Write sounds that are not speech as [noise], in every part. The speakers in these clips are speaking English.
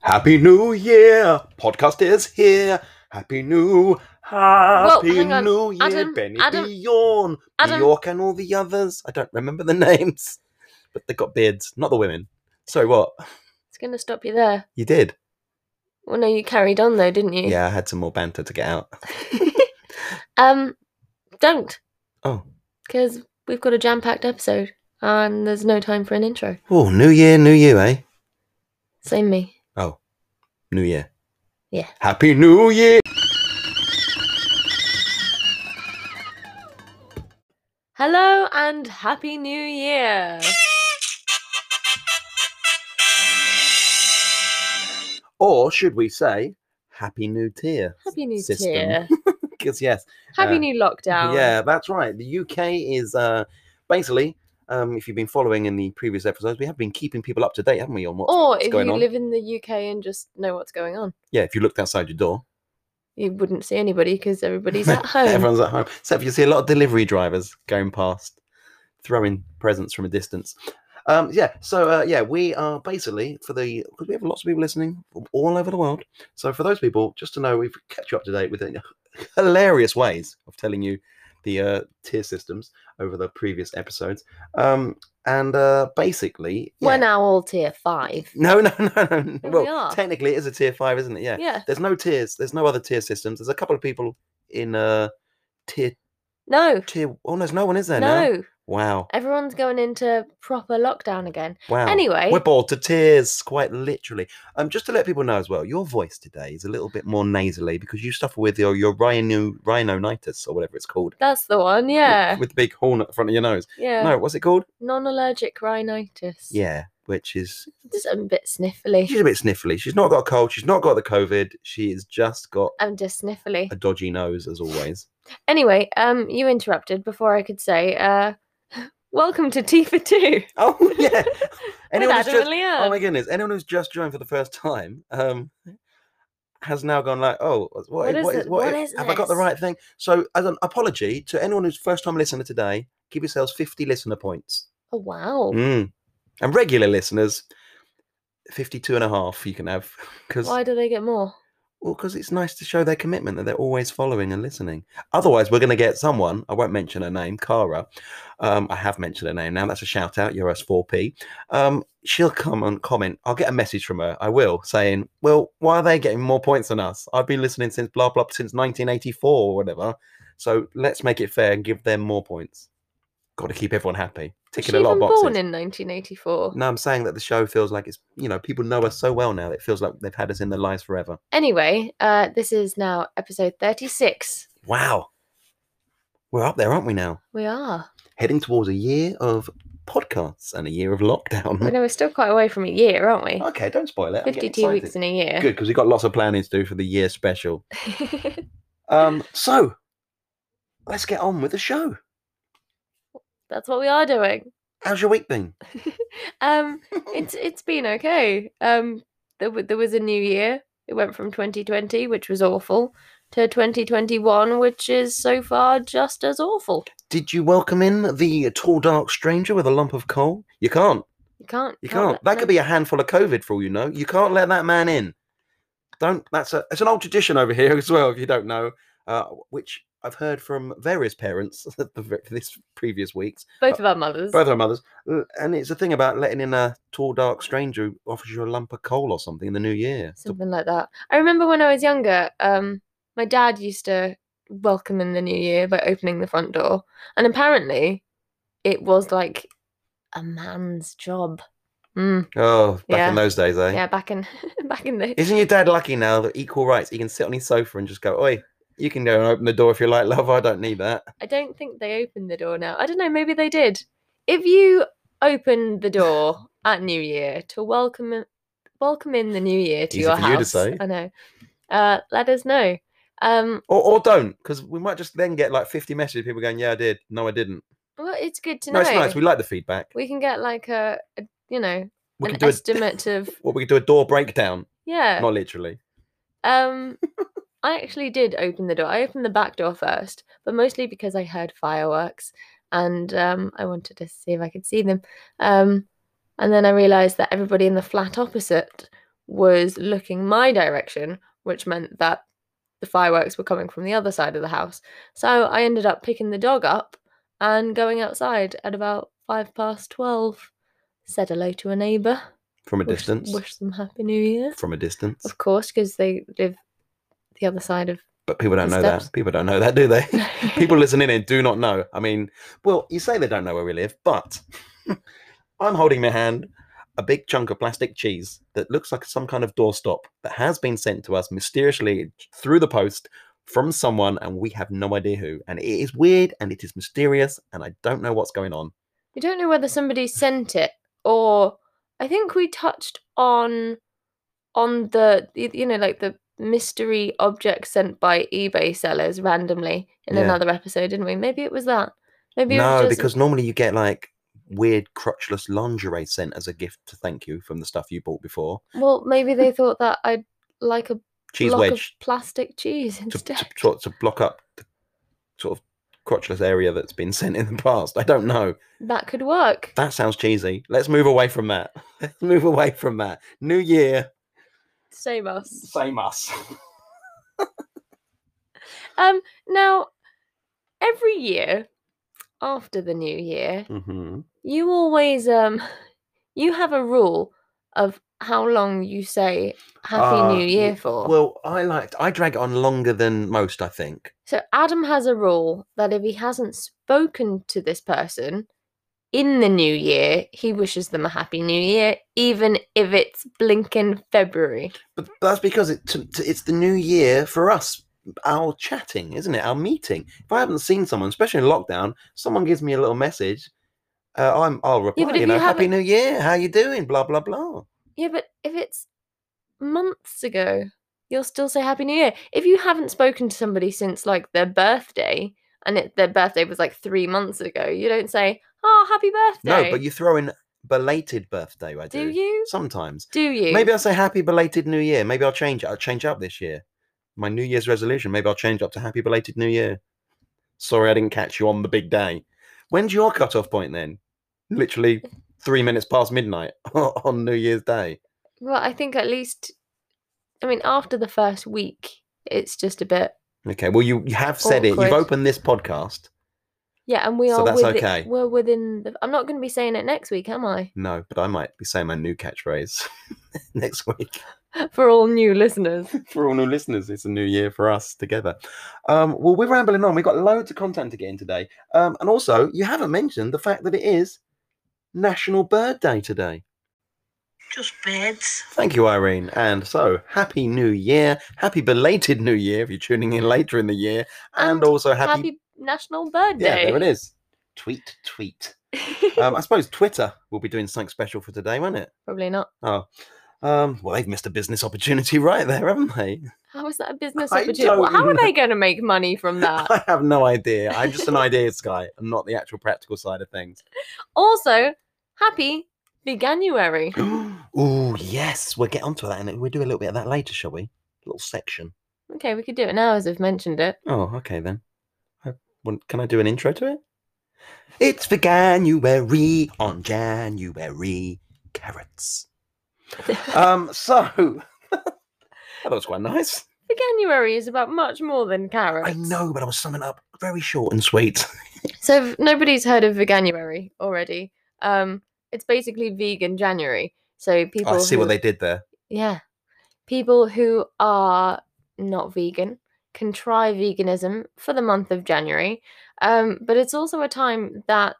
Happy New Year! Podcast is here. Happy New, Happy hang on. New Year, Adam, Benny Adam, Bjorn, Adam. Bjork, and all the others. I don't remember the [laughs] names, but they got beards. Not the women. Sorry, what It's going to stop you there. you did? Well, no, you carried on though, didn't you? Yeah, I had some more banter to get out. [laughs] um, don't, Oh, because we've got a jam-packed episode and there's no time for an intro. oh, New Year, New You, eh? Same me. Oh, New Year. Yeah. Happy New Year. Hello and happy new year. Or should we say Happy New Tier? Happy new System. [laughs] year. Because yes, Happy Uh, new lockdown. Yeah, that's right. The UK is uh, basically, um, if you've been following in the previous episodes, we have been keeping people up to date, haven't we? On what? Or what's Oh, if going you on? live in the UK and just know what's going on, Yeah, if you looked outside your door, you wouldn't see anybody because [laughs] everybody's at home. everyone's at home. Except you see a lot of delivery drivers going past, throwing presents from a distance. Um, yeah, so uh, yeah, we are basically for the because we have lots of people listening from all over the world. So for those people, just to know, we've kept you up to date with the [laughs] hilarious ways of telling you the uh, tier systems over the previous episodes. Um, and uh, basically, We're yeah. now all tier five. no, no, no, no. n- Here we Well, are. technically, it is a tier five, isn't it? Yeah. Yeah. There's no tiers. There's no other tier systems. There's a couple of people in uh, tier No. tier. Oh, there's no one, is there? now? No. Wow. Everyone's going into proper lockdown again. Wow. Anyway. we're bored to tears, quite literally. Um, just to let people know as well, your voice today is a little bit more nasally because you suffer with your your rhino rhinonitis or whatever it's called. That's [laughs] the one, yeah. With the big horn at the front of your nose. Yeah. No, what's it called? Non allergic rhinitis. Yeah, which is Just a bit sniffly. she's a bit sniffly. She's not got a cold. She's not got the COVID. She has just got I'm just sniffly. a dodgy nose as [laughs] always. Anyway, um, you interrupted before I could say, uh, [laughs] welcome to T for Two. Oh yeah. With [laughs] Anyone who's Adam just, and Leanne. oh [laughs] my goodness, anyone who's just joined for the first time, um, has now gone like, oh, what's- what, What i- is what, is, it? what, What i- is have I got the this? right thing? So, as an apology to anyone who's first time listener today, give yourselves fifty listener points, Oh, wow. mm. and regular listeners, 52 and a half you can have because Why do they get more? well, 'cause it's nice to show their commitment that they're always following and listening. Otherwise, we're going to get someone, I won't mention her name, Cara. Um, I have mentioned her name now. That's a shout out. You're S4P. Um, she'll come and comment. I'll get a message from her. I will saying, well, why are they getting more points than us? I've been listening since blah, blah, since 1984 or whatever. So let's make it fair and give them more points. Got to keep everyone happy. Was Ticking she a lot of even boxes. born in 1984? no, I'm saying that the show feels like it's, you know, people know us so well now. that It feels like they've had us in their lives forever. Anyway, uh, this is now episode 36. Wow. We're up there, aren't we now? We are. Heading towards a year of podcasts and a year of I [laughs] lockdown. [laughs] know we're still quite away from a year, aren't we? okay, don't spoil it. Mm. Oh, I'm getting 52 weeks excited. in a year. Good, because we've got lots of planning to do for the year [laughs] special. Um, so, let's get on with the show. That's what we are doing. How's your week been? [laughs] Um, it's it's been okay. Um, there w- there was a new year. It went from 2020, which was awful, to 2021, which is so far just as awful. Did you welcome in the tall, dark stranger with a lump of coal? You can't. You can't. You can't. let- That could no. be a handful of COVID for all you know. You can't let that man in. Don't. That's a. It's an old tradition over here [laughs] as well. If you don't know, uh, which I've heard from various parents [laughs] the ve- this previous weeks, both of our mothers. both our mothers, uh, and it's a thing about letting in a tall, dark stranger who offers you a lump of coal or something in the new year. So- Something like that. I remember when I was younger. Um, my dad used to welcome in the new year by opening the front door, and apparently, it was like a man's job. Mm, oh, back Yeah. in those days, eh? yeah, back in [laughs] back in the Isn't your dad lucky now that equal rights? He can sit on his sofa and just go, "Oi, you can go and open the door if you like, love. I don't need that." I don't think they opened the door now. I don't know, maybe they did. If you open the door at New Year to welcome in- welcome in the new year to Easy your for you to house. say. I know. Uh, let us know. Um, Or, or don't, because we might just then get like 50 messages of people going, Yeah, I did. No, I didn't. well, it's good to No, know. it's nice. We like the feedback. We can get like a, a you know, We an can do a, [laughs] estimate of well, we can do a door breakdown. yeah. Not literally. Um I actually did open the door. I opened the back door first, but mostly because I heard fireworks and um I wanted to see if I could see them. Um and then I realized that everybody in the flat opposite was looking my direction, which meant that the fireworks were coming from the other side of the house. So I ended up picking the dog up and going outside at about five past 12. Said hello to a neighbour. from a wished- distance. Wished them Happy New Year. From a distance. Of course, because they live the other side [laughs] of. [laughs] But people don't The know steps. that. People don't know that, do [laughs] they? people listening in do not know. I mean, well, you say they don't know where we live, but [laughs] I'm holding in my hand a big chunk of plastic cheese that looks like some kind of doorstop that has been sent to us mysteriously through the post from someone, and we have no idea who. And it is weird and it is mysterious, and I don't know what's going on. We don't know whether somebody sent it or I think we touched on on the y- you know like the mystery object sent by eBay sellers randomly in Yeah. another episode, didn't we? Maybe it was that. Maybe it no, was just because normally you get like weird crotchless lingerie sent as a gift to thank you from the stuff you bought before. well, maybe they thought that I'd like a Cheese block wedge. of plastic cheese to, to, instead. to, to block up the sort of crotchless area that's been [laughs] sent in the past. I don't know. That could work. That sounds cheesy. Let's move away from that. [laughs] Let's move away from that. New year, Same us. same us. Um now every year after the new year, hmm You always um [sighs] you have a rule of how long you say happy Ah, new year for. Well, I liked. I drag it on longer than most. I think. so Adam has a rule that if he hasn't spoken to this person in the new year, he wishes them a happy new year even if it's blinking February. But that's because it, to, to, it's the new year for us. Our chatting, isn't it? Our meeting. If I haven't seen someone, especially in lockdown, someone gives me a little message. Uh, I'm. I'll reply. but you if know, you Happy haven't- New Year. How you doing? Blah blah blah. Yeah, but if it's months ago, you'll still say happy new year. If you haven't spoken to somebody since like their birthday and it, their birthday was like 3 months ago, you don't say, "Oh, happy birthday." No, but you throw in belated birthday. I do. Do you? Sometimes. Do you? Maybe I'll say happy belated New Year. Maybe I'll change it. I'll change up this year. My New Year's resolution. Maybe I'll change up to happy belated New Year. Sorry, I didn't catch you on the big day. When's your cutoff point then? Literally three minutes past midnight [laughs] on New Year's Day. Well, I think at least, I mean, after the first week, it's just a bit. Okay. Well, you, you have said it. You've Awkward. opened this podcast. Yeah, and we So are. that's within- okay. We're within. The, I'm not going to be saying it next week, [laughs] am I? No, but I might be saying my new catchphrase [laughs] next week. For all new listeners. [laughs] for all new listeners, it's a new year for us together. Um, well, we're rambling on. We've got loads of content to get in today. Um, and also, you haven't mentioned the fact that it is National Bird Day today. Just birds. Thank you, Irene. And so, happy new year. Happy belated new year if you're tuning in later in the year. And, And also, Happy, happy. National Bird yeah, Day. there it is. Tweet, tweet. um, I suppose Twitter will be doing something special for today, won't it? [laughs] Probably not. Um, well, they've missed a business opportunity [laughs] right there, haven't they? How is that a business I opportunity? Well, don't How are know. they going to make [laughs] money from that? I have no idea. I'm just an ideas guy. I'm not the actual practical side of [gasps] things. also, happy Veganuary. oh, yes. We'll get onto that and we'll do a little bit of that later, shall we? A little section. Okay, we could do it now as I've mentioned it. Oh, okay then. I, want- can I do an intro to it? It's Veganuary on January carrots. Um, so [laughs] that was quite nice. [laughs] Veganuary is about much more than carrots. I know, but I was summing up very short and sweet. So if nobody's heard of Veganuary already. Um, it's basically vegan January. So people, Oh, I see who- what they did there. yeah, people who are not vegan can try veganism for the month of January. Um, but it's also a time that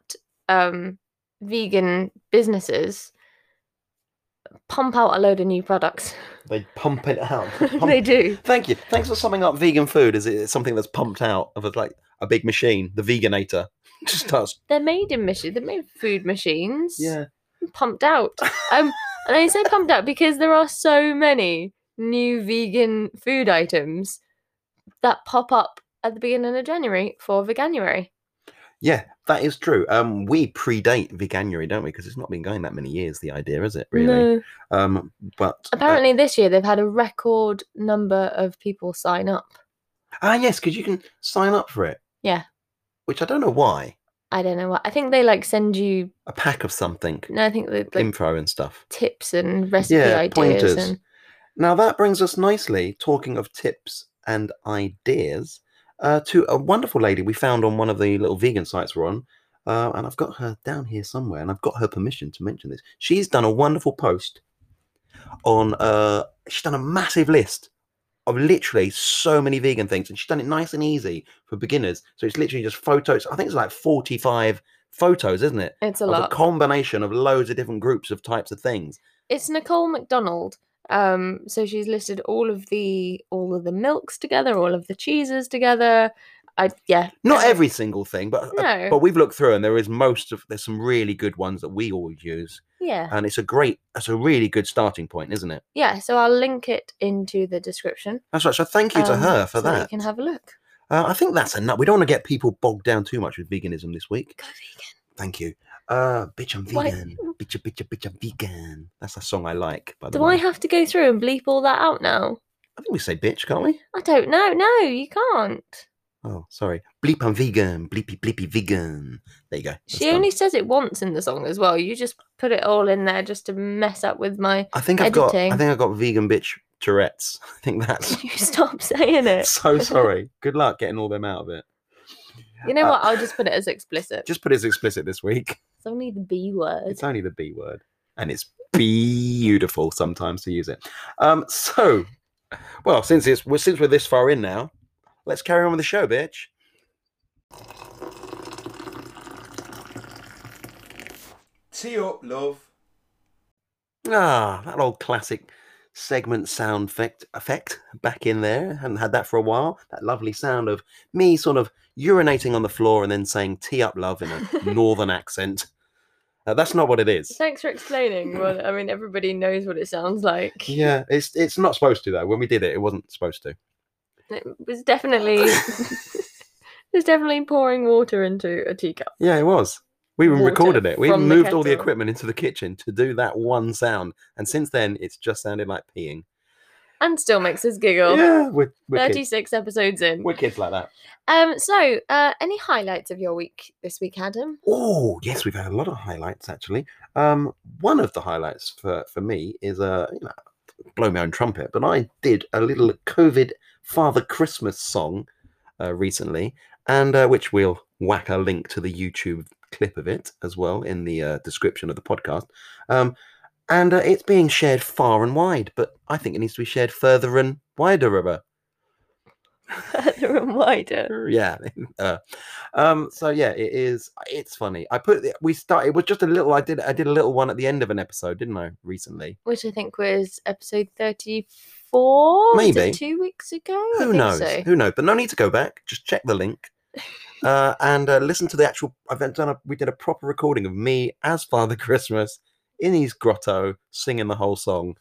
um, vegan businesses pump out a load of new products. [laughs] They pump it [laughs] out. Pump they do. Thank you. Thanks for summing up vegan food as it's something that's pumped out of a, like a big machine, the veganator. [laughs] Just starts. They're made in machines. They're made of food machines. [laughs] Yeah. pumped out. Um, and I say pumped out because there are so many new vegan food items that pop up at the beginning of January for Veganuary. Yeah, that is true. Um, we predate veganuary, don't we? Because it's not been going that many years. The idea, is it really? No. Um, but uh, Apparently, this year they've had a record number of people sign up. ah, yes, because you can sign up for it. Yeah. Which I don't know why. I don't know what. I think they like send you. A pack of something, No, I think they like info and stuff. tips and recipe Yeah, ideas pointers. and Now that brings us nicely, talking of tips and ideas, uh, to a wonderful lady we found on one of the little vegan sites we're on. Uh, and I've got her down here somewhere, and I've got her permission to mention this. She's done a wonderful post on. Uh, she's done a massive list of literally so many vegan things, and she's done it nice and easy for beginners. So it's literally just photos. I think it's like forty-five photos, isn't it? It's a of lot. a combination of loads of different groups of types of things. it's Nicole McDonald. Um, so she's listed all of the all of the milks together, all of the cheeses together. I yeah. Not I- every single thing, but No. but we've looked through, and there is most of there's some really good ones that we always use, yeah. and it's a great, it's a really good starting point, isn't it? Yeah. So I'll link it into the description. That's right. So thank you to um, her for so that. You can have a look. Uh, I think that's enough. We don't want to get people bogged down too much with veganism this week. Go vegan. Thank you. Uh, bitch, I'm Why- vegan. Bitch, bitch, bitch, I'm vegan. That's a song I like. By the Do way, I have to go through and bleep all that out now? I think we say bitch, can't we? I don't know. No, you can't. Oh, sorry. Bleep, I'm vegan. Bleepy, bleepy, vegan. There you go. That's She done. only says it once in the song as well. You just put it all in there just to mess up with [laughs] my. [laughs] I think I've got. I editing. think I've got vegan bitch Tourette's. [laughs] I think that's. [laughs] You stop saying it. so sorry. Good luck getting all them out of it. You know Uh, what? I'll just put it as explicit. Just put it as explicit this week. It's only the B word. It's only the B word, and it's beautiful sometimes to use it. Um, so, well, since it's well, since we're this far in now, let's carry on with the show, bitch. Tee up, love. Ah, that old classic segment sound effect, effect back in there. Hadn't had that for a while. That lovely sound of me sort of urinating on the floor and then saying "tee up, love" in a northern accent. Uh, that's not what it is. Thanks for explaining. Well, I mean, everybody knows what it sounds like. Yeah, it's it's not supposed to though. When we did it, it wasn't supposed to. It was [laughs] definitely, [laughs] it was definitely pouring water into a teacup. Yeah, it was. We even Water recorded it. We from even the moved all the kettle. equipment into the kitchen to do that one sound. And since then, it's just sounded like peeing. And still makes us giggle. Yeah, we're, we're, kids. Thirty-six episodes in. we're kids like that. Um. So, uh, any highlights of your week this [laughs] week, Adam? Oh, yes, we've had a lot of highlights actually. Um, one of the highlights for, for me is uh, you know, blow my own trumpet, but I did a little COVID Father Christmas song uh, recently, and uh, which we'll whack a link to the YouTube clip of it as well in the uh, description of the podcast. Um, and uh, it's being shared far and wide, but I think it needs to be shared further and wider. Ever. Further and wider. Er, yeah [laughs] uh, um so yeah it is it's funny i put the- we started it was just a little i did i did a little one at the end of an episode didn't i recently Which I think was episode thirty-four. was it Maybe. two weeks ago. I who think knows so. who knows but no need to go back just check the link uh and uh, listen to the actual i've done a, we did a proper recording of me as father [laughs] christmas in his grotto singing the whole song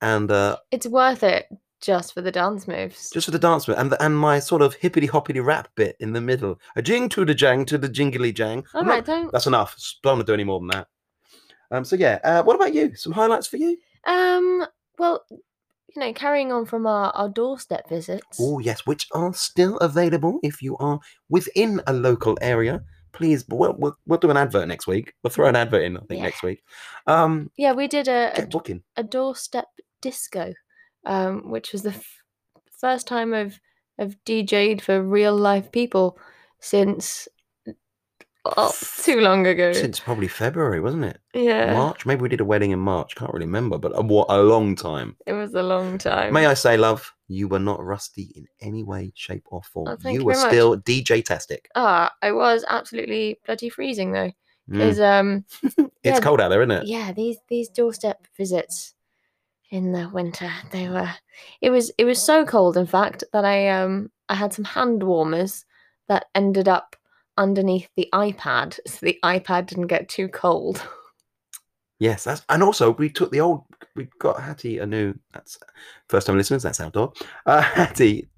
and uh It's worth it just for the dance moves. just for the dance move and the, and my sort of hippity hoppity rap bit in the middle a jing to the jang to the jingly jang All I'm not right, don't that's enough. S- Don't want to do any more than that. Um, so yeah, uh, what about you? Some highlights for you? Um, well, you know, carrying on from our, our doorstep visits. Oh yes, which are still available if you are within a local area. Please, but we'll, we'll, we'll do an advert next week. We'll throw an advert in, I think, Yeah. Uh, next week. Um, Yeah, we did a, a, get booking. a doorstep disco, um, which was the f- first time I've, I've DJ'd for real life people since oh, too long ago. Since probably February, wasn't it? yeah, March? Maybe we did a wedding in March. Can't really remember, but a, what a long time. it was a long time. May I say, love, you were not rusty in any way, shape, or form. Oh, thank you were very much. still DJ tastic. Ah, I was absolutely bloody freezing though. Mm. Is um, It's yeah, cold out there, isn't it? yeah these these doorstep visits in the winter they were it was it was so cold in fact that i um i had some hand warmers that ended up underneath the ipad [laughs] so the ipad didn't get too cold [laughs] Yes, that's and also we took the old we got Hattie a new that's first time listeners, that's outdoor. Uh [laughs] Hattie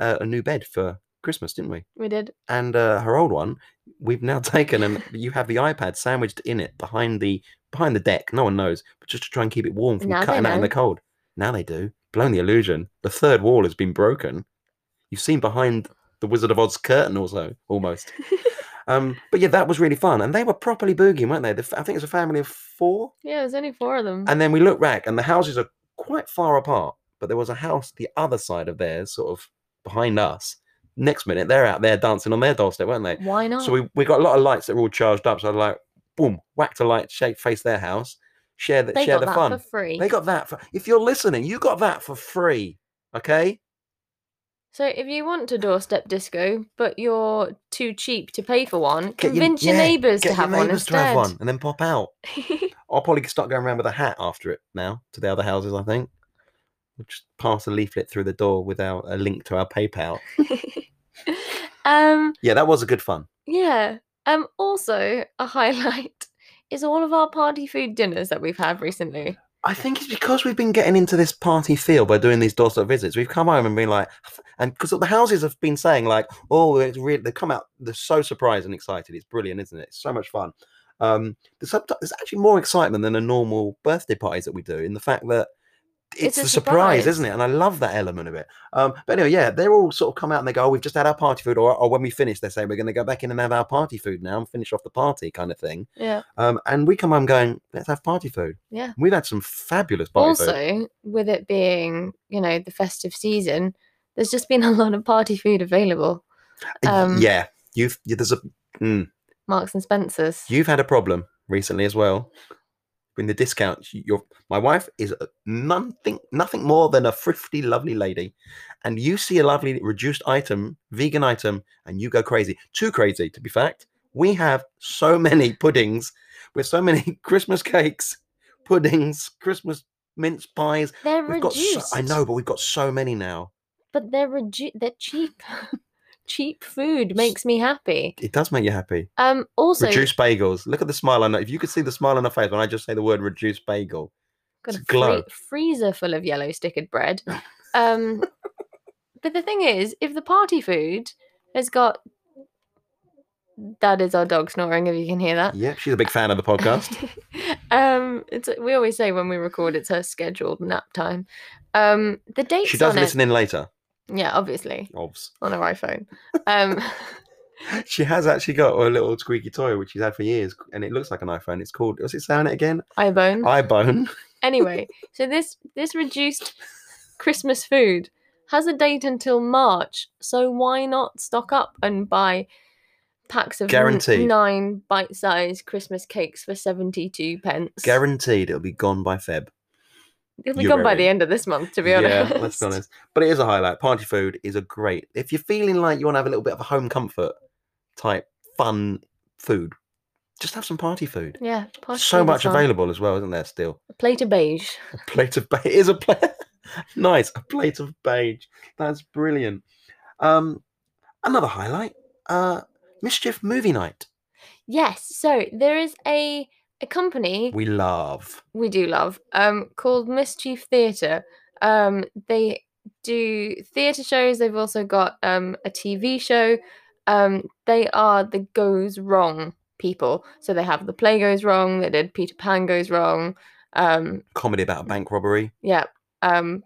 uh, a new bed for Christmas, didn't we? we did And uh, her old one, we've now [laughs] taken and you have the iPad sandwiched in it behind the behind the deck. No one knows, but just to try and keep it warm from Now they cutting out in know. the cold. Now they do. Blown the illusion. The third wall has been broken. You've seen behind the Wizard of Oz curtain also almost. [laughs] Um, but yeah, that was really fun, and they were properly boogieing, weren't they? The, f- I think it was a family of four. yeah there's only four of them And then we look back, and the houses are quite far apart, But there was a house the other side of theirs, sort of behind us. Next minute, they're out there dancing on their doorstep, weren't they? Why not? So we, we got a lot of lights that were all charged up. So I like, boom, whacked a light, shape, face their house, share that, they share got the that fun. for free. They got that for. If you're listening, you got that for free. Okay. So if you want to doorstep disco, but you're too cheap to pay for one, Get your- convince your, yeah, neighbours to Get have your one neighbours instead. to have one, and then pop out. I'll probably start going around with a hat after it now to the other houses. I think. We'll just pass a leaflet through the door with our a link to our PayPal. [laughs] um, Yeah, that was a good fun. yeah. Um, also a highlight [laughs] is all of our party food dinners that we've had recently. I think it's because we've been getting into this party feel by doing these doorstep visits. We've come home and been like, and because the houses have been saying like, oh, it's really they come out, they're so surprised and excited. It's brilliant, isn't it? It's so much fun. Um, there's, someti- there's actually more excitement than the normal birthday parties that we do in the fact that it's, It's a the surprise, surprise. isn't it? And I love that element of it. Um, but anyway, yeah, they're all sort of come out and they go, oh, we've just had our party food, or, or when we finish, they say we're going to go back in and have our party food now and finish off the party kind of thing. Yeah. Um, and we come home going, let's have party food. Yeah. We've had some fabulous party food. Also, with it being, you know, the festive season, there's just been a lot of party food available. Y- um, yeah, you've y- there's a mm, Marks and Spencers. you've had a problem recently as well. In the discounts, y- your my wife is a- nothing nothing more than a thrifty, lovely lady, and you see a lovely reduced item, vegan item, and you go crazy, too crazy to be fact. We have so many [laughs] puddings with so many [laughs] Christmas cakes, puddings, Christmas mince pies. They're We've got reduced. so, I know, but we've got so many now. but they're redu- they're cheap. [laughs] cheap food makes me happy. It does make you happy. Um also reduce bagels. Look at the smile on her. If you could see the smile on her face when I just say the word reduce bagel. got a to glow. free- freezer full of yellow stickered [laughs] bread. Um but the thing is, if the party food has got that is our dog snoring if you can hear that. Yep, she's a big fan of the [laughs] podcast. um it's we always say when we record it's her scheduled nap time. Um the dates she does on listen in later. it. Yeah, obviously. Obvs. On her iPhone. Um [laughs] She has actually got a little squeaky toy which she's had for years, and it looks like an iPhone. It's called. What's it saying it again? iBone. [laughs] iBone. anyway, so this this reduced Christmas food has a date until March, so why not stock up and buy packs of n- Guaranteed. nine bite-sized Christmas cakes for seventy-two pence? Guaranteed, it'll be gone by Feb. It'll be you gone by the really- end of this month, to be honest. Yeah, let's be honest. But it is a highlight. Party food is a great. If you're feeling like you want to have a little bit of a home comfort type fun food, just have some party food. Yeah, party food so is much on. available as well, isn't there? Still. A plate of beige. plate of beige. [laughs] It is a plate. nice, a plate of beige. That's brilliant. Um, another highlight: uh, mischief movie night. Yes, so there is a a company We love. we do love um called mischief theatre um they do theatre shows they've also got um a tv show um they are the goes wrong people so they have the play goes wrong they did peter pan goes wrong um Comedy about a bank robbery. yeah um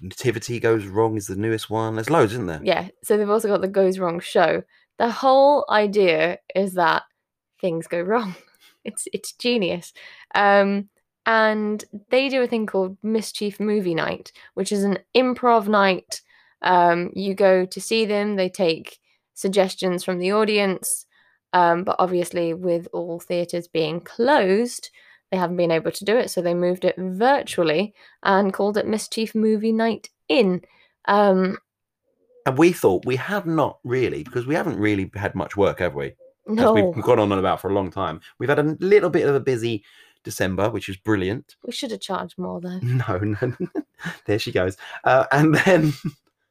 Nativity goes wrong is the newest one. There's loads, isn't there? yeah so they've also got the goes wrong show the whole idea is that things go wrong [laughs] it's it's genius um and they do a thing called mischief movie night which is an improv night um you go to see them they take suggestions from the audience um but obviously with all theatres being closed they haven't been able to do it so they moved it virtually and called it mischief movie night in um And we thought we have not really because we haven't really had much work, have we? As no we've gone on and about for a long time. We've had a little bit of a busy December, which is brilliant. We should have charged more though. [laughs] No, no. there she goes. Uh, and then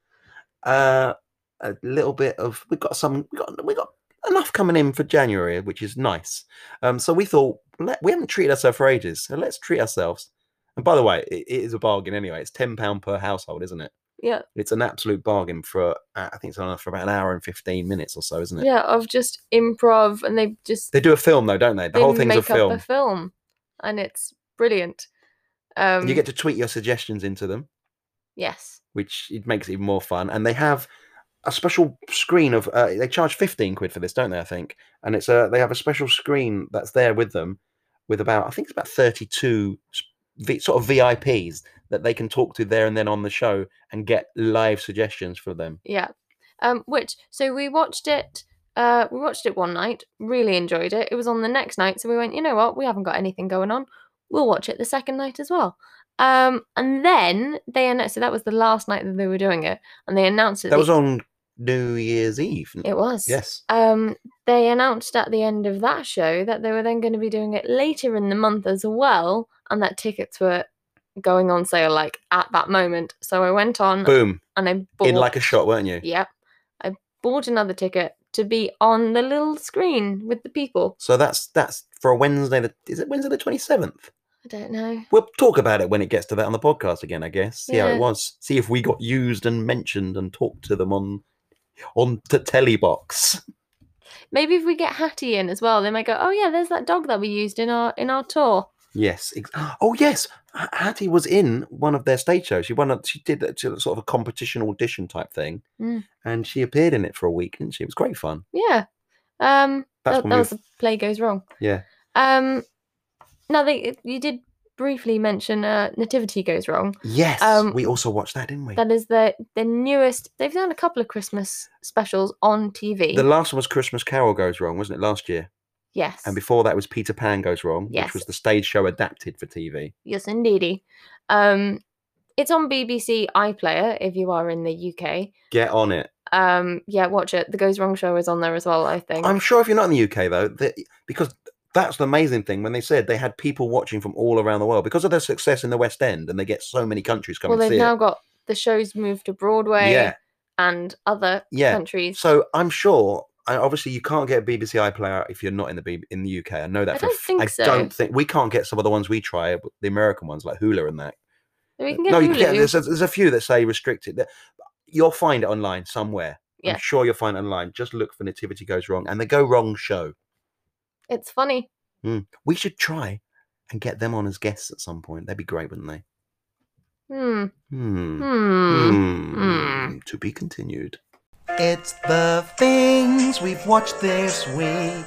[laughs] uh, a little bit of we got some we got we got enough coming in for January, which is nice. Um, so we thought let, we haven't treated ourselves for ages, so let's treat ourselves. And by the way, it, it is a bargain anyway. It's ten pound per household, isn't it? Yeah, It's an absolute bargain for uh, I think it's on for about an hour and fifteen minutes or so, isn't it? yeah, of just improv, and they just They do a film though, don't they? The they whole thing's make a film. up a film, and it's brilliant. Um, you get to tweet your suggestions into them. yes, which it makes it even more fun. And they have a special screen of uh, they charge fifteen quid for this, don't they? I think, and it's a they have a special screen that's there with them, with about I think it's about thirty two v, sort of VIPs that they can talk to there and then on the show and get live suggestions for them. Yeah. Um, which so we watched it. Uh, we watched it one night. Really enjoyed it. It was on the next night, so we went. You know what? We haven't got anything going on. We'll watch it the second night as well. Um, and then they announced. So that was the last night that they were doing it, and they announced it. That was on New Year's Eve. n- It was. Yes. Um, they announced at the end of that show that they were then going to be doing it later in the month as well, and that tickets were going on sale like at that moment. So I went on Boom. and I bought. In like a shot, weren't you? Yep. I bought another ticket to be on the little screen with the people. So that's that's for a Wednesday. The, is it Wednesday the twenty seventh? I don't know. We'll talk about it when it gets to that on the podcast again, I guess. See how Yeah. it was. See if we got used and mentioned and talked to them on on the telebox. Maybe if we get Hattie in as well, they might go, "Oh yeah, there's that dog that we used in our in our tour." Yes. ex- [gasps] Oh yes. H- Hattie was in one of their stage shows. She won. A, she did a, sort of a competition audition type thing, Mm. and she appeared in it for a week, didn't she? It was great fun. Yeah. Um. That's That, when that we- was the play goes wrong. Yeah. Um. Now they you did briefly mention uh, Nativity goes wrong. Yes. Um, we also watched that, didn't we? That is the the newest. They've done a couple of Christmas specials on TV. the last one was Christmas Carol goes wrong, wasn't it? Last year, yes. and before that was Peter Pan goes wrong, Yes. which was the stage show adapted for TV. Yes, indeedy. Um, it's on BBC iPlayer if you are in the UK. Get on it. Um, yeah, watch it. The Goes Wrong show is on there as well, I think. I'm sure if you're not in the UK though, that, because that's the amazing thing when they said they had people watching from all around the world because of their success in the West End, and they get so many countries coming well, to they've see now it. got the shows moved to Broadway Yeah, and other yeah. countries. So I'm sure. I, obviously, you can't get a BBC iPlayer if you're not in the B- in the UK. I know that. I for a don't f- think I so. don't think we can't get some of the ones we try, but the American ones like Hula and that. we can get No, you Hulu. can get. There's a, there's a few that say restricted. that- You'll find it online somewhere. Yeah. I'm sure you'll find it online. Just look for Nativity Goes Wrong and the Go Wrong show. It's funny. We should try and get them on as guests at some point. They'd be great, wouldn't they? Hmm. Hmm. Hmm. Hmm. To be continued. It's the things we've watched this week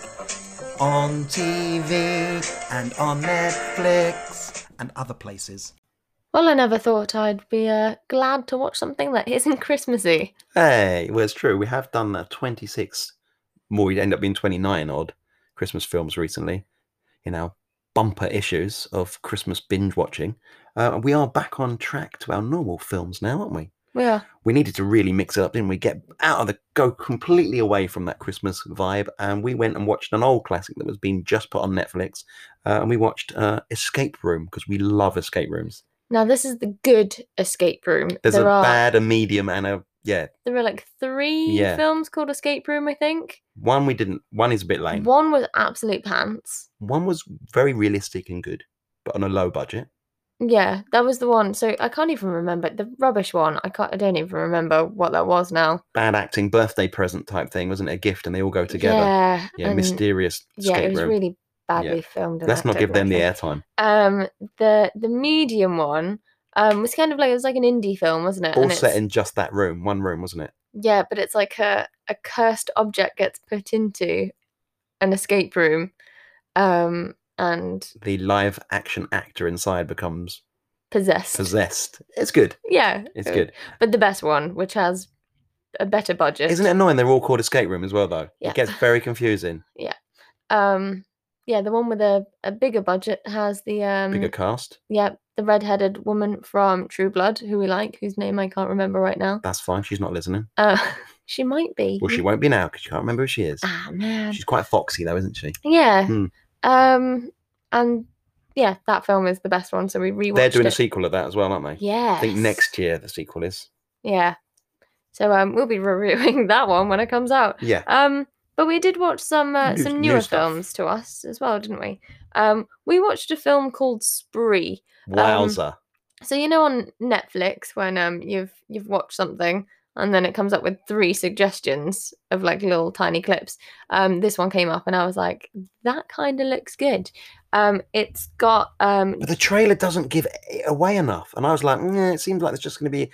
on TV and on Netflix and other places. Well, I never thought I'd be uh, glad to watch something that isn't [laughs] Christmassy. Hey, well, it's true. We have done that 26, more, we end up being 29 odd Christmas films recently in our bumper issues of Christmas binge watching. Uh, and we are back on track to our normal films now, aren't we? Yeah. We needed to really mix it up, didn't we? Get out of the go completely away from that Christmas vibe. And we went and watched an old classic that was being just put on Netflix. Uh, and we watched uh, Escape Room because we love escape rooms. Now this is the good escape room. There's there a are bad, a medium, and a yeah. there are like three Yeah. films called Escape Room, I think. One we didn't. One is a bit lame. One was absolute pants. One was very realistic and good, but on a low budget. Yeah, that was the one. So I can't even remember the rubbish one. I can't. I don't even remember what that was now. Bad acting, birthday present type thing, wasn't it? A gift, and they all go together. Yeah, Yeah. and- mysterious Yeah, escape it was room. really badly filmed. and Let's not acted, give them the wasn't airtime. it? Um, the the medium one um was kind of like it was like an indie film, wasn't it? All And set it's- in just that room, one room, wasn't it? Yeah, but it's like a a cursed object gets put into an escape room, um, and The live action actor inside becomes possessed. possessed. It's good. Yeah, It's uh, good. But the best one, which has a better budget, Isn't it annoying? They're all called escape room as well, though. Yeah. It gets very confusing. Um, yeah, the one with a, a bigger budget has the um, Bigger cast. yeah, the redheaded woman from True Blood, who we like, whose name I can't remember right now. That's fine. She's not listening. Uh, [laughs] she might be. Well, she won't be now because she can't remember who she is. Ah man. She's quite foxy, though, isn't she? Yeah. Hmm. Um, and yeah, that film is the best one. So we rewatched. They're doing it. a sequel of that as well, aren't they? Yeah. I think next year the sequel is. Yeah. So um, we'll be reviewing [laughs] that one when it comes out. Yeah. Um, but we did watch some uh, New- some new newer stuff. films to us as well, didn't we? Um, we watched a film called Spree. Um, Wowza. So you know on Netflix when um you've you've watched something and then it comes up with three suggestions of like little tiny clips. Um, this one came up and I was like, that kind of looks good. Um, it's got um but the trailer doesn't give it away enough. And I was like, "Nah, it seems like there's just going to be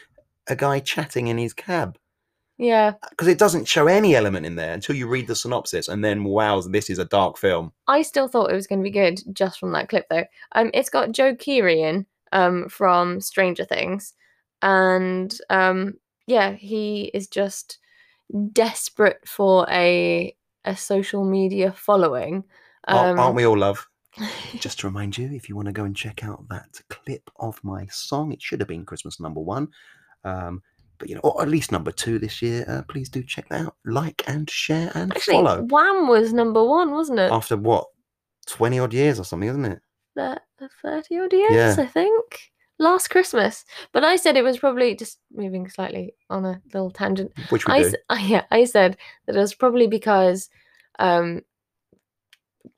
a guy chatting in his cab. yeah. Because it doesn't show any element in there until you read the synopsis. And then, wow, this is a dark film. I still thought it was going to be good just from that clip though. Um, it's got Joe Keery in um, from Stranger Things, and um, yeah, he is just desperate for a a social media following. Aren't- Um. Aren't [laughs] we all love? Just to remind you, if you want to go and check out that clip of my song, it should have been Christmas number one, um, but you know, or at least number two this year. Uh, please do check that out. Like and share and Actually, follow. Oh. Wham was number one, wasn't it? After what, twenty odd years or something, isn't it? that a 30 odd years, I think. Last Christmas. But I said it was probably just moving slightly on a little tangent. Which we I, do. s- [laughs] I- yeah, I said that it was probably because um,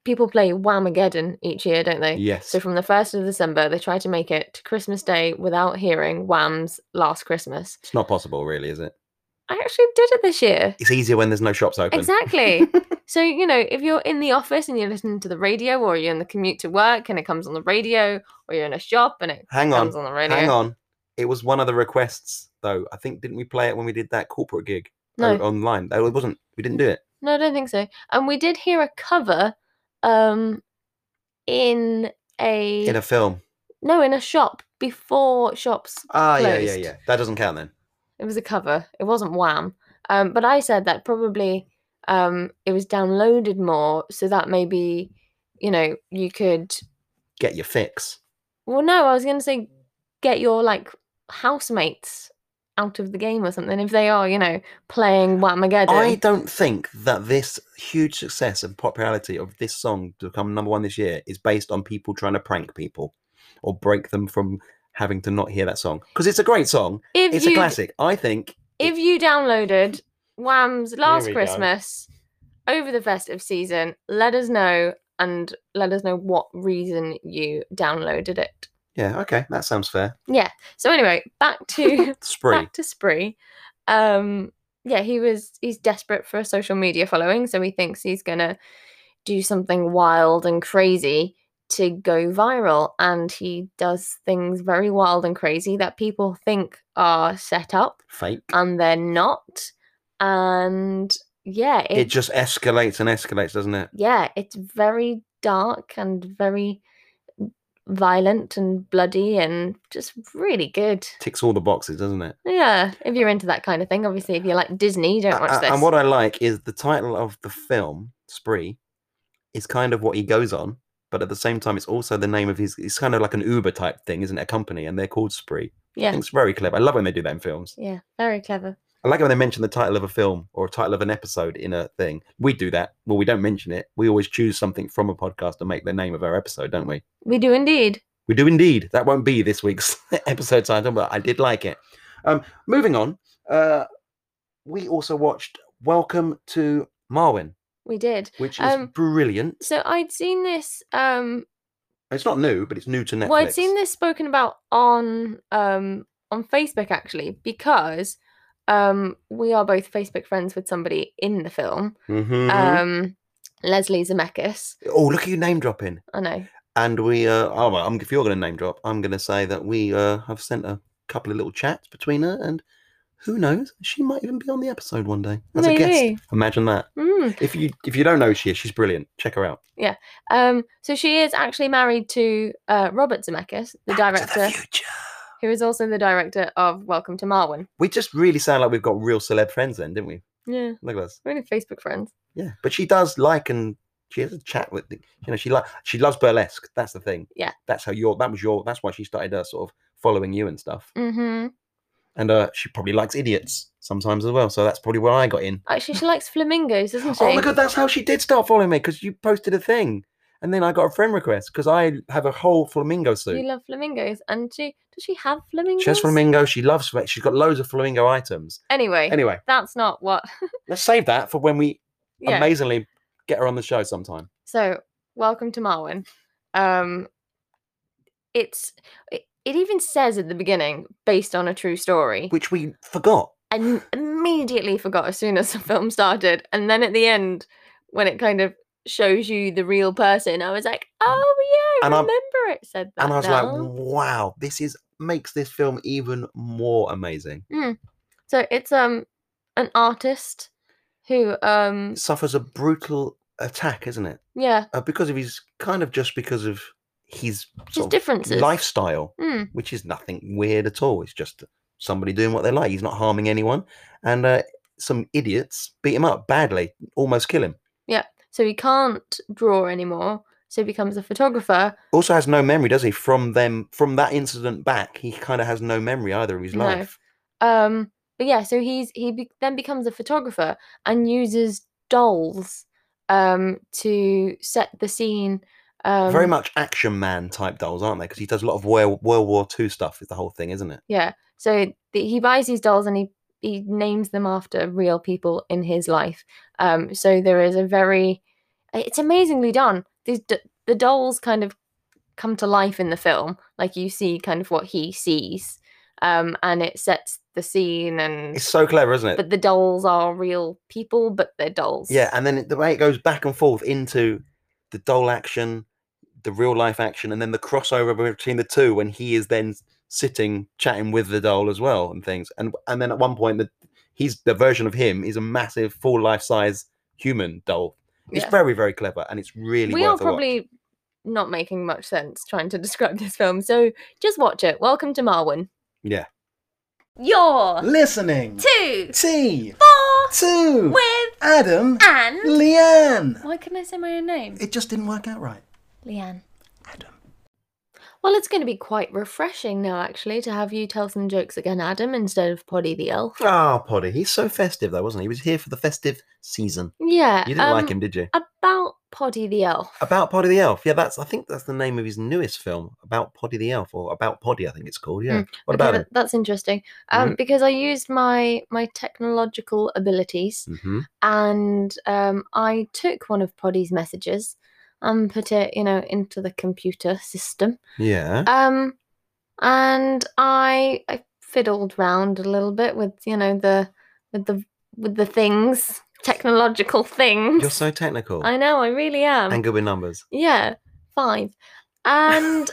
people play Whamageddon each year, don't they? yes. So from the 1st of December, they try to make it to Christmas Day without hearing Wham's Last Christmas. it's not possible, really, is it? I actually did it this year. It's easier when there's no shops open. [laughs] Exactly. so, you know, if you're in the office and you're listening to the radio, or you're in the commute to work and it comes on the radio, or you're in a shop and it Hang comes on. on the radio. Hang on. It was one of the requests, though. I think didn't we play it when we did that corporate gig No, o- online? Oh, It wasn't. We didn't do it. no, I don't think so. And we did hear a cover um in a, in a film. no, in a shop before shops. Ah, yeah, yeah, closed. yeah. That doesn't count then. It was a cover. It wasn't Wham. Um, but I said that probably um it was downloaded more, so that maybe you know you could Get your fix. Well, no, I was going to say get your like housemates out of the game or something if they are, you know, playing Whamageddon. I don't think that this huge success and popularity of this song to become number one this year is based on people trying to prank people or break them from having to not hear that song because it's a great song. if It's you a classic. I think if you downloaded Wham's Last we go. Christmas over the festive season, let us know and let us know what reason you downloaded it. yeah, okay, that sounds fair. So anyway, back to Spree. back to Spree. Um, yeah, he was he's desperate for a social media following, so he thinks he's gonna do something wild and crazy to go viral. And he does things very wild and crazy that people think are set up Fake. and they're not. And yeah, it, It just escalates and escalates, doesn't it? yeah, it's very dark and very violent and bloody and just really good. Ticks all the boxes, doesn't it? Yeah, if you're into that kind of thing, obviously, if you like Disney, you don't watch A- a- this. And what I like is the title of the film, Spree, is kind of what he goes on, but at the same time, it's also the name of his. It's kind of like an Uber type thing, isn't it? A company, and they're called Spree. I yeah, think it's very clever. I love when they do that in films. yeah, very clever. I like it when they mention the title of a film or a title of an episode in a thing. We do that. Well, we don't mention it. We always choose something from a podcast to make the name of our episode, don't we? We do indeed. We do indeed. That won't be this week's [laughs] episode title, but I did like it. Um, moving on, uh, we also watched Welcome to Marwin, We did. which is Um, brilliant. So I'd seen this. Um, It's not new, but it's new to Netflix. well, I'd seen this spoken about on um on Facebook actually because um we are both Facebook friends with somebody in the film. Mhm. Um, Leslie Zemeckis. oh, look at you name dropping. I know. And we, uh, oh, well, I'm, if you're going to name drop, I'm going to say that we uh, have sent a couple of little chats between her, and who knows, she might even be on the episode one day as a guest. Maybe. Imagine that. Mm. If you if you don't know who she is, she's brilliant. Check her out. Um, so she is actually married to uh, Robert Zemeckis, the director, who is also the director of Welcome to Marwin. We just really sound like we've got real celeb friends, then, didn't we? Yeah, Look at us. we're only Facebook friends. Yeah, but she does like and she has a chat with the- you know she like she loves burlesque. That's the thing. Yeah. that's how your that was your that's why she started uh, sort of following you and stuff. Mm-hmm. And uh, she probably likes idiots sometimes as well. So that's probably where I got in. Actually, she [gasps] likes flamingos, doesn't she? Oh my god, that's how she did start following me because you posted a thing, and then I got a friend request because I have a whole flamingo You suit. love flamingos, and she does she have flamingos? She has flamingo. She loves. fla- She's got loads of flamingo [laughs] items. Anyway, Anyway, that's [laughs] not what. let's save that for when we yeah. amazingly get her on the show sometime. So, welcome to Marwin. Um, it's it, it even says at the beginning based on a true story. Which we forgot. I n- immediately forgot as soon as the [laughs] film started. And then at the end, when it kind of shows you the real person, I was like, oh yeah, I And I'm- remember it said that. and I was like, now." "Wow, this is makes this film even more amazing." so it's um an artist who um It suffers a brutal attack, isn't it? yeah Uh, because of his kind of just because of his Just sort of differences. lifestyle, Mm. which is nothing weird at all. It's just somebody doing what they like. He's not harming anyone, and uh, some idiots beat him up badly, almost kill him. So he can't draw anymore. So he becomes a photographer. Also has no memory, does he? From them, from that incident back, he kind of has no memory either of his No. life. Um, but yeah, so he's he be- then becomes a photographer and uses dolls um, to set the scene. Um, Very much action man type dolls, aren't they? Because he does a lot of World, World War II stuff. Is the whole thing, isn't it? Yeah. So the, he buys these dolls and he he names them after real people in his life. Um, so there is a very, it's amazingly done. These d- the dolls kind of come to life in the film, like you see kind of what he sees, um, and it sets the scene. And It's so clever, isn't it? but the dolls are real people, but they're dolls. Yeah, and then it- the way it goes back and forth into the doll action, the real life action, and then the crossover between the two when he is then s- sitting chatting with the doll as well and things. And and then at one point the he's the version of him is a massive full life size human doll. It's Yeah. very very clever and it's really we are worth a watch. probably not making much sense trying to [laughs] describe this film. So just watch it. Welcome to Marwin. Yeah. You're Listening. two, T. four, Two. with, Adam. and. Leanne. Why couldn't I say my own name? It just didn't work out right. Leanne. Adam. Well, it's going to be quite refreshing now, actually, to have you tell some jokes again, Adam, instead of Poddy the elf. Ah, Poddy, he's so festive though, wasn't he? He was here for the festive season. Yeah. You didn't like um, him, did you? About Poddy the elf. About Poddy the Elf. Yeah, that's I think that's the name of his newest film, About Poddy the Elf, or About Poddy, I think it's called. Yeah. Mm, What Okay, about him? Mm-hmm. that- That's interesting. Um, Because I used my my technological abilities, Mm-hmm. and um, I took one of Poddy's messages and put it, you know, into the computer system. Yeah. Um, and I I fiddled round a little bit with you know the with the with the things technological things. You're so technical. I know I really am. and good with numbers. yeah, five. [laughs] And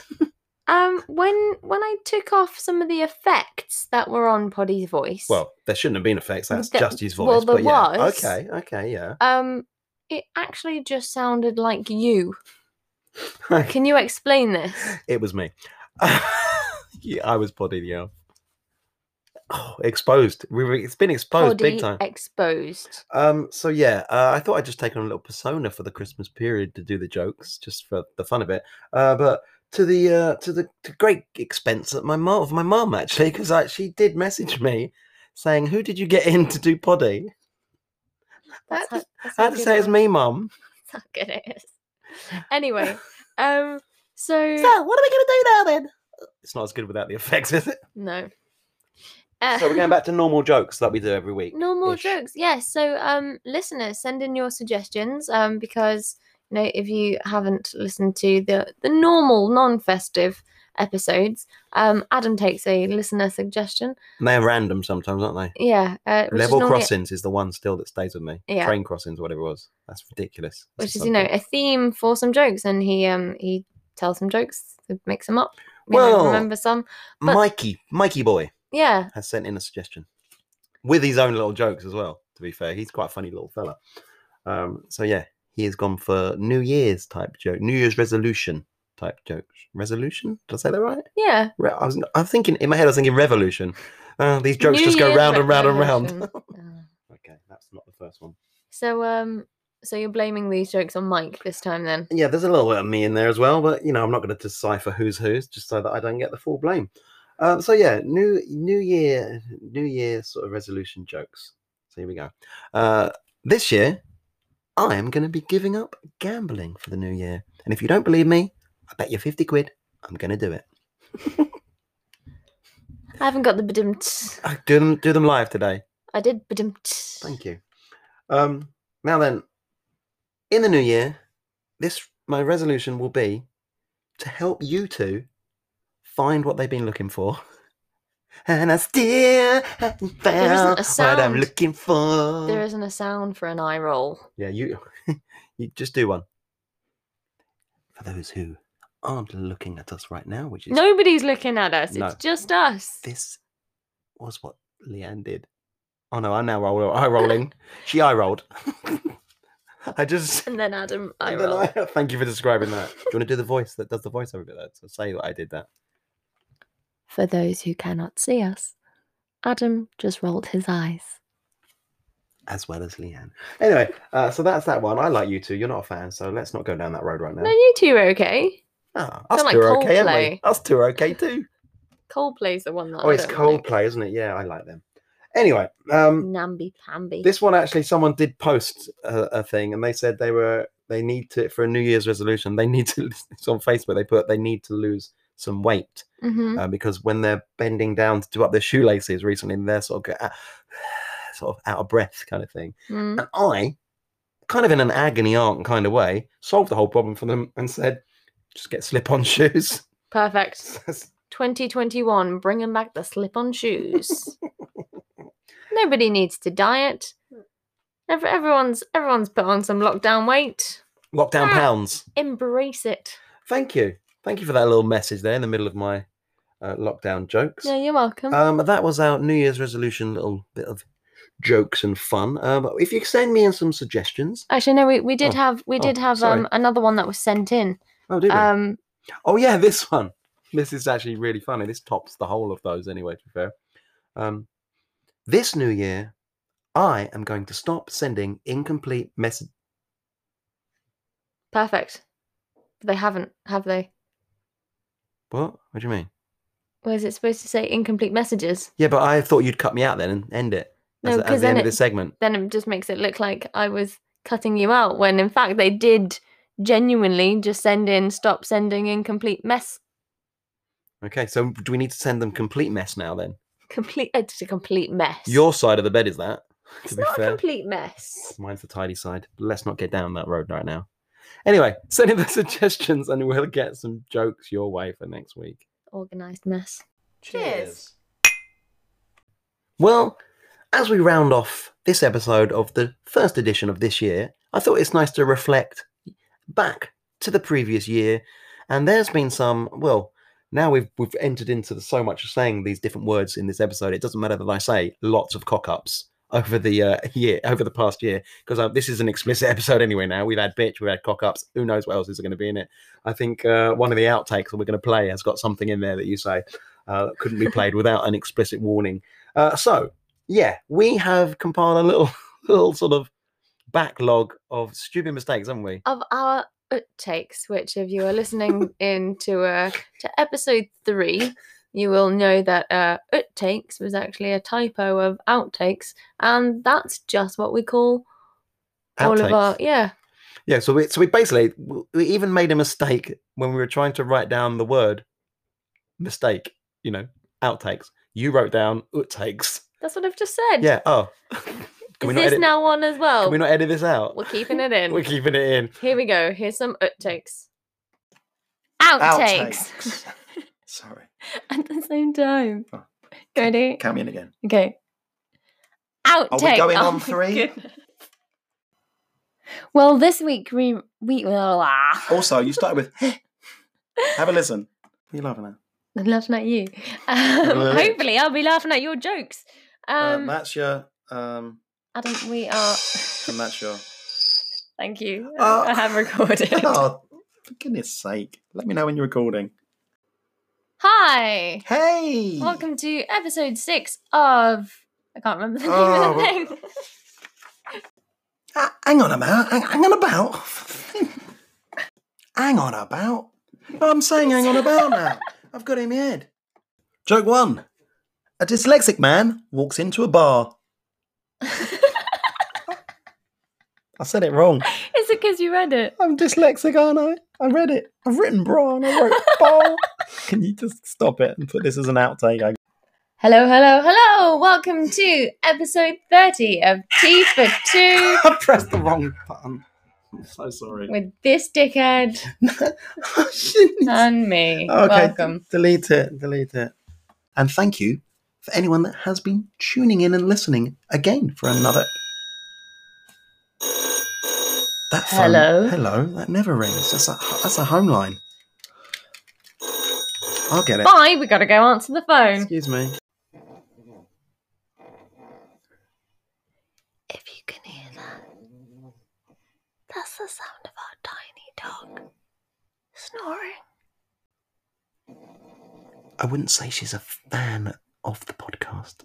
um, when when I took off some of the effects that were on Poddy's voice, Well, there shouldn't have been effects. That's Th- just his voice. well, there but yeah. was. Okay. Okay. Yeah. [laughs] um, it actually just sounded like you. Can you explain this? it was me. [laughs] yeah, I was body the elf. Oh, exposed. We were, it's been exposed big Poddy time. exposed. Um. So yeah, uh, I thought I'd just take on a little persona for the Christmas period to do the jokes, just for the fun of it. Uh, but to the uh, to the to great expense at my mom of my mum actually, because she did message me saying, "Who did you get in to do Poddy?" That's I had to- that's I had to good say it's one. me, mum. That's how good it is. Anyway, um, so what are we going to do now then? It's not as good without the effects, is it? no. Uh, So we're [laughs] going back to normal jokes that we do every week. normal ish. jokes. Yes. so, um, listeners, send in your suggestions. Um, because you know if you haven't listened to the the normal non-festive episodes, um, Adam takes a listener suggestion. And they're random sometimes, aren't they? Yeah. Uh, which is Level normally- crossings is the one still that stays with me. Yeah. Train crossings, whatever it was. That's ridiculous. That's Which a is you know subject. a theme for some jokes, and he um he tells some jokes, makes them up. You know, Well, remember some. but- Mikey, Mikey boy Yeah. has sent in a suggestion with his own little jokes as well. To be fair, he's quite a funny little fella. Um, so yeah, he has gone for New Year's type joke, New Year's resolution type jokes. Resolution? Did I say that right? Yeah. Re- I was, I was thinking in my head. I was thinking revolution. Uh, these jokes New just go Year's round and round and round. resolution. Oh. Okay, that's not the first one. So um so you're blaming these jokes on Mike this time then. Yeah, there's a little bit of me in there as well, but you know, I'm not going to decipher who's who's just so that I don't get the full blame. Um, so yeah, new New Year, New Year sort of resolution jokes. So here we go. Uh, this year, I am going to be giving up gambling for the new year, and if you don't believe me, I bet you fifty quid I'm going to do it. I haven't got the badum I do them do them live today. I did badum Thank you. Um, now then, in the new year, this my resolution will be to help you two find what they've been looking for. [laughs] And I still haven't found what I'm sound. looking for. There isn't a sound for an eye roll. Yeah, you [laughs] you just do one. For those who aren't looking at us right now, which is Nobody's looking at us. No. It's just us. this was what [laughs] Leanne did. Oh no, I'm now roll- eye rolling. she eye rolled. [laughs] I just. And then Adam, I and then roll. I- [laughs] thank you for describing that. Do you want to do the voice that does the voiceover bit? That so say that I did that. For those who cannot see us, Adam just rolled his eyes. as well as Leanne. Anyway, uh, so that's that one. I like you two. You're not a fan, so let's not go down that road right now. No, you two are okay. Ah, us Sound two like are okay, aren't Coldplay. we? Us two are [laughs] okay too. Coldplay's the one that. oh, I it's don't Coldplay, isn't it? Yeah, I like them. Anyway, um, Like. Namby pamby. this one actually, someone did post a, a thing, and they said they were they need to for a New Year's resolution. They need to. [laughs] It's on Facebook. They put they need to lose some weight Mhm. uh, because when they're bending down to do up their shoelaces recently, they're sort of go, ah, [sighs] sort of out of breath kind of thing. Mm. And I, kind of in an agony aunt kind of way, solved the whole problem for them and said, just get slip on [laughs] shoes. Perfect. 2021, bringing back the slip-on [laughs] shoes. Nobody needs to diet. Ev- Everyone's everyone's put on some lockdown weight. Lockdown Ah. pounds. Embrace it. Thank you. Thank you for that little message there in the middle of my uh, lockdown jokes. Yeah, you're welcome. Um, that was our New Year's resolution little bit of jokes and fun. Um, if you send me in some suggestions, Actually, no, we, we did oh, have we oh, did have sorry. um another one that was sent in. oh, do we? Um, oh yeah, this [laughs] one. This is actually really funny. This tops the whole of those anyway. To be fair, um, this new year, I am going to stop sending incomplete messages. perfect. They haven't, have they? What? What do you mean? Or is it supposed to say incomplete messages? Yeah, but I thought you'd cut me out then and end it as, No, at 'cause the then end of it- the segment. Then it just makes it look like I was cutting you out when in fact they did genuinely just send in stop sending incomplete mess Okay, so do we need to send them complete mess now then? complete it's a complete mess. Your side of the bed is that. To it's be not fair, a complete mess. mine's the tidy side. Let's not get down that road right now. Anyway, send in the [laughs] suggestions and we'll get some jokes your way for next week. Organized mess. Cheers. Well, as we round off this episode of the first edition of this year, I thought it's nice to reflect back to the previous year. And there's been some, well, now we've we've entered into the, so much of saying these different words in this episode. It doesn't matter that I say lots of cock ups over the uh, year, over the past year, because uh, this is an explicit [laughs] episode anyway. Now we've had bitch, we've had cock ups. Who knows what else is going to be in it? I think uh, one of the outtakes that we're going to play has got something in there that you say uh, couldn't be played without an explicit warning. Uh, so yeah, we have compiled a little [laughs] little sort of backlog of stupid mistakes, haven't we? Of our takes, which if you [laughs] are listening into uh to episode three, you will know that uh takes was actually a typo of outtakes, and that's just what we call all of our Outtakes. yeah. Yeah, so we so we basically w- we even made a mistake when we were trying to write down the word mistake. You know, outtakes. You wrote down outtakes. That's what I've just said. Yeah. Oh, Is can we not this edit? now on as well? Can we not edit this out? are keeping [laughs] it in. We're keeping it in. Here we go. Here's some outtakes. Outtakes. Outtakes. [laughs] Sorry. [laughs] At the same time. Oh. Ready? Count me in again. Okay. Outtake. Oh going on my three? goodness. Well, this week we we Also, you started with. [laughs] Have a listen. What are you laughing at? I'm [laughs] laughing at [laughs] you. Um, hopefully, I'll be laughing at your jokes. Um, uh, that's your. Um, Adam, we are. and that's [laughs] your. Thank you. Oh. [laughs] I have recorded. [laughs] Oh, for goodness sake. Let me know when you're recording. Hi. Hey! Welcome to episode six of. I can't remember the name of the Oh. thing. [laughs] Ah, hang on about. Hang, hang on about. [laughs] hang on about. Oh, I'm saying hang on about now. I've got it in my head. Joke one. A dyslexic man walks into a [laughs] bar. I said it wrong. Is it because you read it? I'm dyslexic, aren't I? I read it. I've written bra and [laughs] I wrote bar. Can you just stop it and put this as an outtake? I- Hello, hello, hello! Welcome to episode 30 of Tea for Two [laughs] I pressed the wrong button. I'm so sorry. [laughs] with this dickhead I shouldn't- and me. Okay, Welcome. d- delete it. Delete it. And thank you for anyone that has been tuning in and listening again for another. That phone- Hello? Hello. That never rings. That's a that's a home line. I'll get it. Bye, we gotta go answer the phone. Excuse me. If you can hear that, the sound of our tiny dog snoring. I wouldn't say she's a fan of the podcast.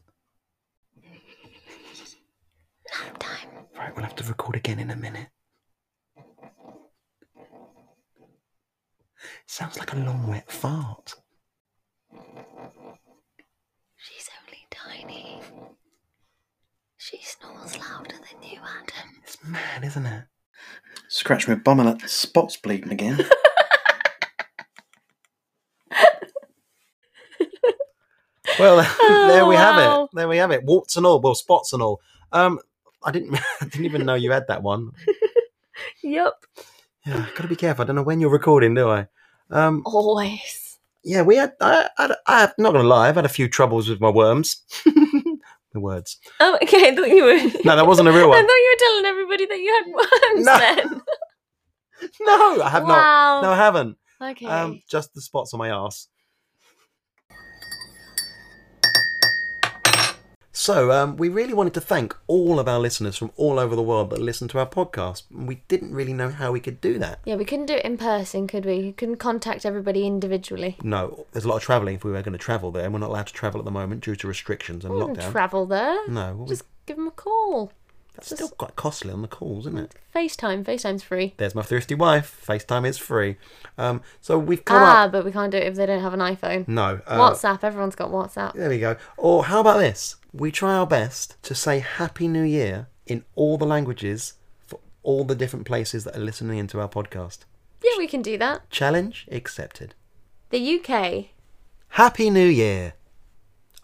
Right, we'll have to record again in a minute. Sounds like a long wet fart. She's only tiny. She snores louder than you, Adam. It's mad, isn't it? Scratch my bum and that spot's bleeding again. Well, [laughs] there we have Oh, wow. it. There we have it. Warts and all, well, spots and all. Um, I didn't, [laughs] I didn't even know you had that one. Yup, Yeah, gotta be careful. I don't know when you're recording, do I? Um, always. yeah, we had. I, I, I'm not gonna lie. I've had a few troubles with my worms. [laughs] the words. Oh, okay, I thought you were. [laughs] No, that wasn't a real [laughs] I one. thought you were telling everybody that you had worms No, [laughs] then. No, I have not. wow. No, I haven't. okay. Um, just the spots on my ass. So, um, we really wanted to thank all of our listeners from all over the world that listen to our podcast. We didn't really know how we could do that. yeah, we couldn't do it in person, could we? We couldn't contact everybody individually. No, there's a lot of travelling if we were going to travel there, and we're not allowed to travel at the moment due to restrictions and We wouldn't lockdown. Oh, travel there. no, what was- Just give them a call. that's just- still quite costly on the calls, isn't it? FaceTime. FaceTime's free. There's my thrifty wife. FaceTime is free. Um, so we've come Ah, up. but we can't do it if they don't have an iPhone. No, uh, WhatsApp. Everyone's got WhatsApp. There we go. Or how about this? We try our best to say Happy New Year in all the languages for all the different places that are listening into our podcast. Yeah, we can do that. Challenge accepted. The UK. Happy New Year.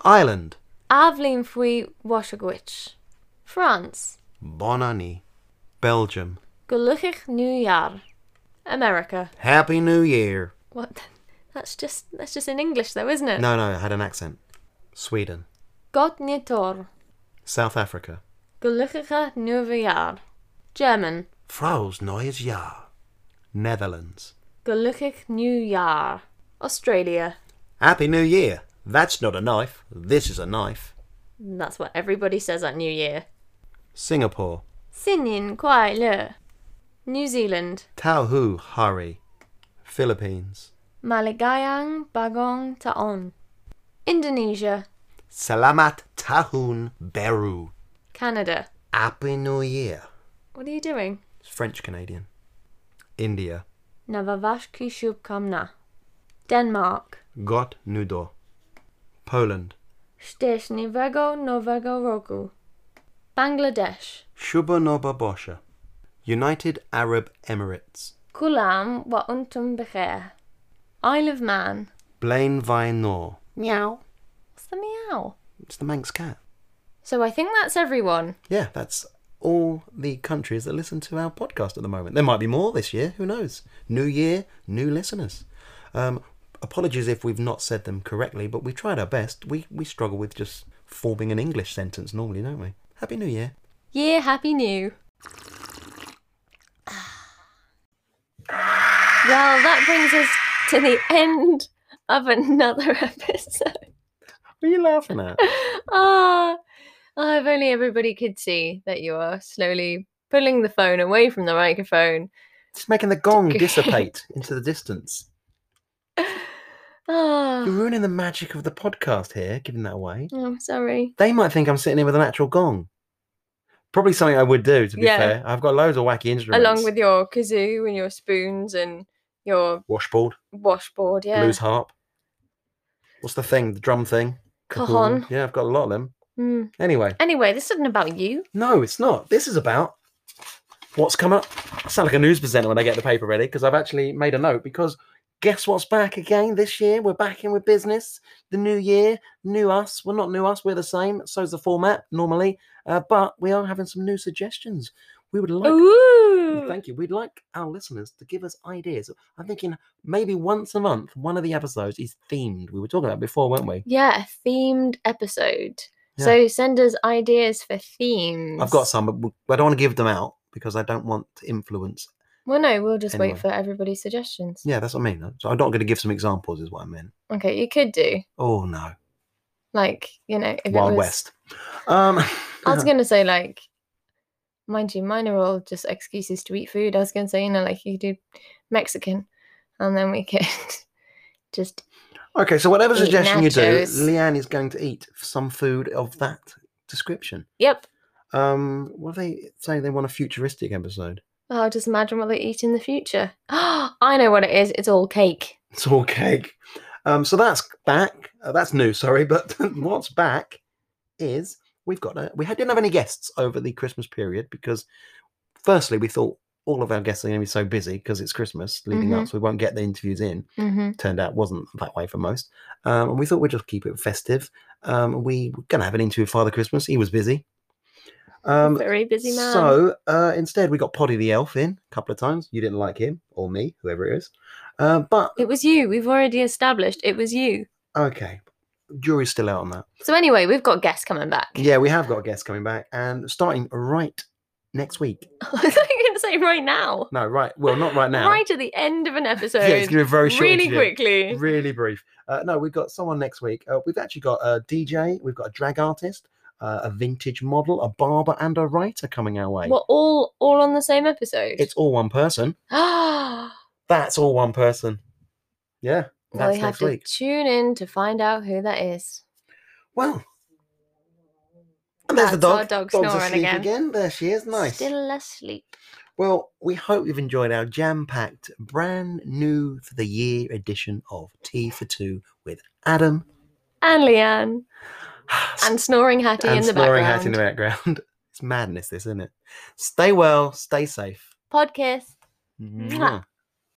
Ireland. Avlin Fui Washagwich. France. Bon année. Belgium. Gelukkig Nieuwjaar. America. Happy New Year. What? [laughs] the- That's just that's just in English though, isn't it? No, no, I had an accent. Sweden. God Nietor. South Africa. Gelukkige Nieuwjaar. German. Frohes Neues Jahr. Netherlands. Gelukkig Nieuwjaar. Australia. Happy New Year. That's not a knife. This is a knife. That's what everybody says at New Year. Singapore. Sinin Kwai Le. New Zealand. Tauhu Hari, Philippines. Maligayang Bagong Taon. Indonesia. Salamat Tahun Beru. Canada. Happy New Year. What are you doing? It's French Canadian. India. Navavashki Shubkamna. Denmark. Got Nudo. Poland. Steshniwego Nowego Roku. Bangladesh. Shuba Nova Bosha. United Arab Emirates. Kulam wa untum becher. Isle of Man. Blaine Vainor. What's the meow? It's the Manx cat. So I think that's everyone. Yeah, that's all the countries that listen to our podcast at the moment. There might be more this year. Who knows? New year, new listeners. Um, apologies if we've not said them correctly, but we tried our best. We we struggle with just forming an English sentence normally, don't we? Happy New Year. Yeah, happy new. Well, that brings us to the end of another [laughs] episode. What are you laughing at? Ah, oh, if only everybody could see that you are slowly pulling the phone away from the microphone. It's making the [laughs] gong dissipate into the distance. You're Ah, ruining the magic of the podcast here, giving that away. I'm sorry. They might think I'm sitting here with an actual gong. Probably something I would do, to be Yeah. fair. I've got loads of wacky instruments. Along with your kazoo and your spoons and your washboard. washboard, yeah. blues harp. What's the thing? The drum thing? Cajon. Cajon. Yeah, I've got a lot of them. Mm. Anyway, Anyway, this isn't about you. no, it's not. This is about what's come up. I sound like a news presenter when I get the paper ready because I've actually made a note because guess what's back again this year? We're back in with business. The new year, new us. Well, not new us. We're the same. So's the format normally. Uh, but we are having some new suggestions. We would like Ooh. Thank you. We'd like our listeners to give us ideas. I'm thinking maybe once a month, one of the episodes is themed. We were talking about it before, weren't we? Yeah, a themed episode. Yeah. So send us ideas for themes. I've got some, but w- I don't want to give them out because I don't want to influence. Well, no, we'll just Anyway. wait for everybody's suggestions. Yeah, that's what I mean. So I'm not going to give some examples, is what I meant. Okay, you could do Oh no, like you know if it Wild was- West. Um, [laughs] I was gonna say like mind you, mine are all just excuses to eat food. I was going to say, you know, like you could do Mexican, and then we could [laughs] just Okay, so whatever Eat suggestion you do, nachos. Leanne is going to eat some food of that description. yep. Um, what are they saying? They want a futuristic episode. Oh, just imagine what they eat in the future. [gasps] I know what it is. It's all cake. It's all cake. Um, so that's back. Uh, that's new, sorry, but [laughs] what's back is we've got a, we had- didn't have any guests over the Christmas period because, firstly, we thought all of our guests are going to be so busy because it's Christmas leading up, so we won't get the interviews in. Mm-hmm. turned out wasn't that way for most. Um, and we thought we'd just keep it festive. Um, we were going to have an interview with Father Christmas. He was busy. Um, Very busy man. so uh, instead, we got Poddy the Elf in a couple of times. You didn't like him or me, whoever it is. Uh, but it was you. We've already established it was you. okay, jury's still out on that. So anyway, we've got guests coming back. [laughs] Yeah, we have got a guest coming back and starting right next week. I thought you were going to say right now. No, right. Well, not right now. Right at the end of an episode. Yeah, it's going to be a very short. really interview. quickly. really brief. Uh, no, we've got someone next week. Uh, we've actually got a DJ, we've got a drag artist, uh, a vintage model, a barber, and a writer coming our way. We're all all on the same episode. [gasps] It's all one person. Ah. That's all one person. Yeah, well, that's you have next to week. tune in to find out who that is. Well, and there's the That's our dog. dog Dog's snoring asleep again. There she is. Nice. Still asleep. Well, we hope you've enjoyed our jam-packed, brand new for the year edition of Tea for Two with Adam [sighs] And Leanne. And snoring Hattie and in the snoring background. hat in the background. [laughs] it's madness, this, isn't it? Stay well, stay safe. Podcast. Mwah.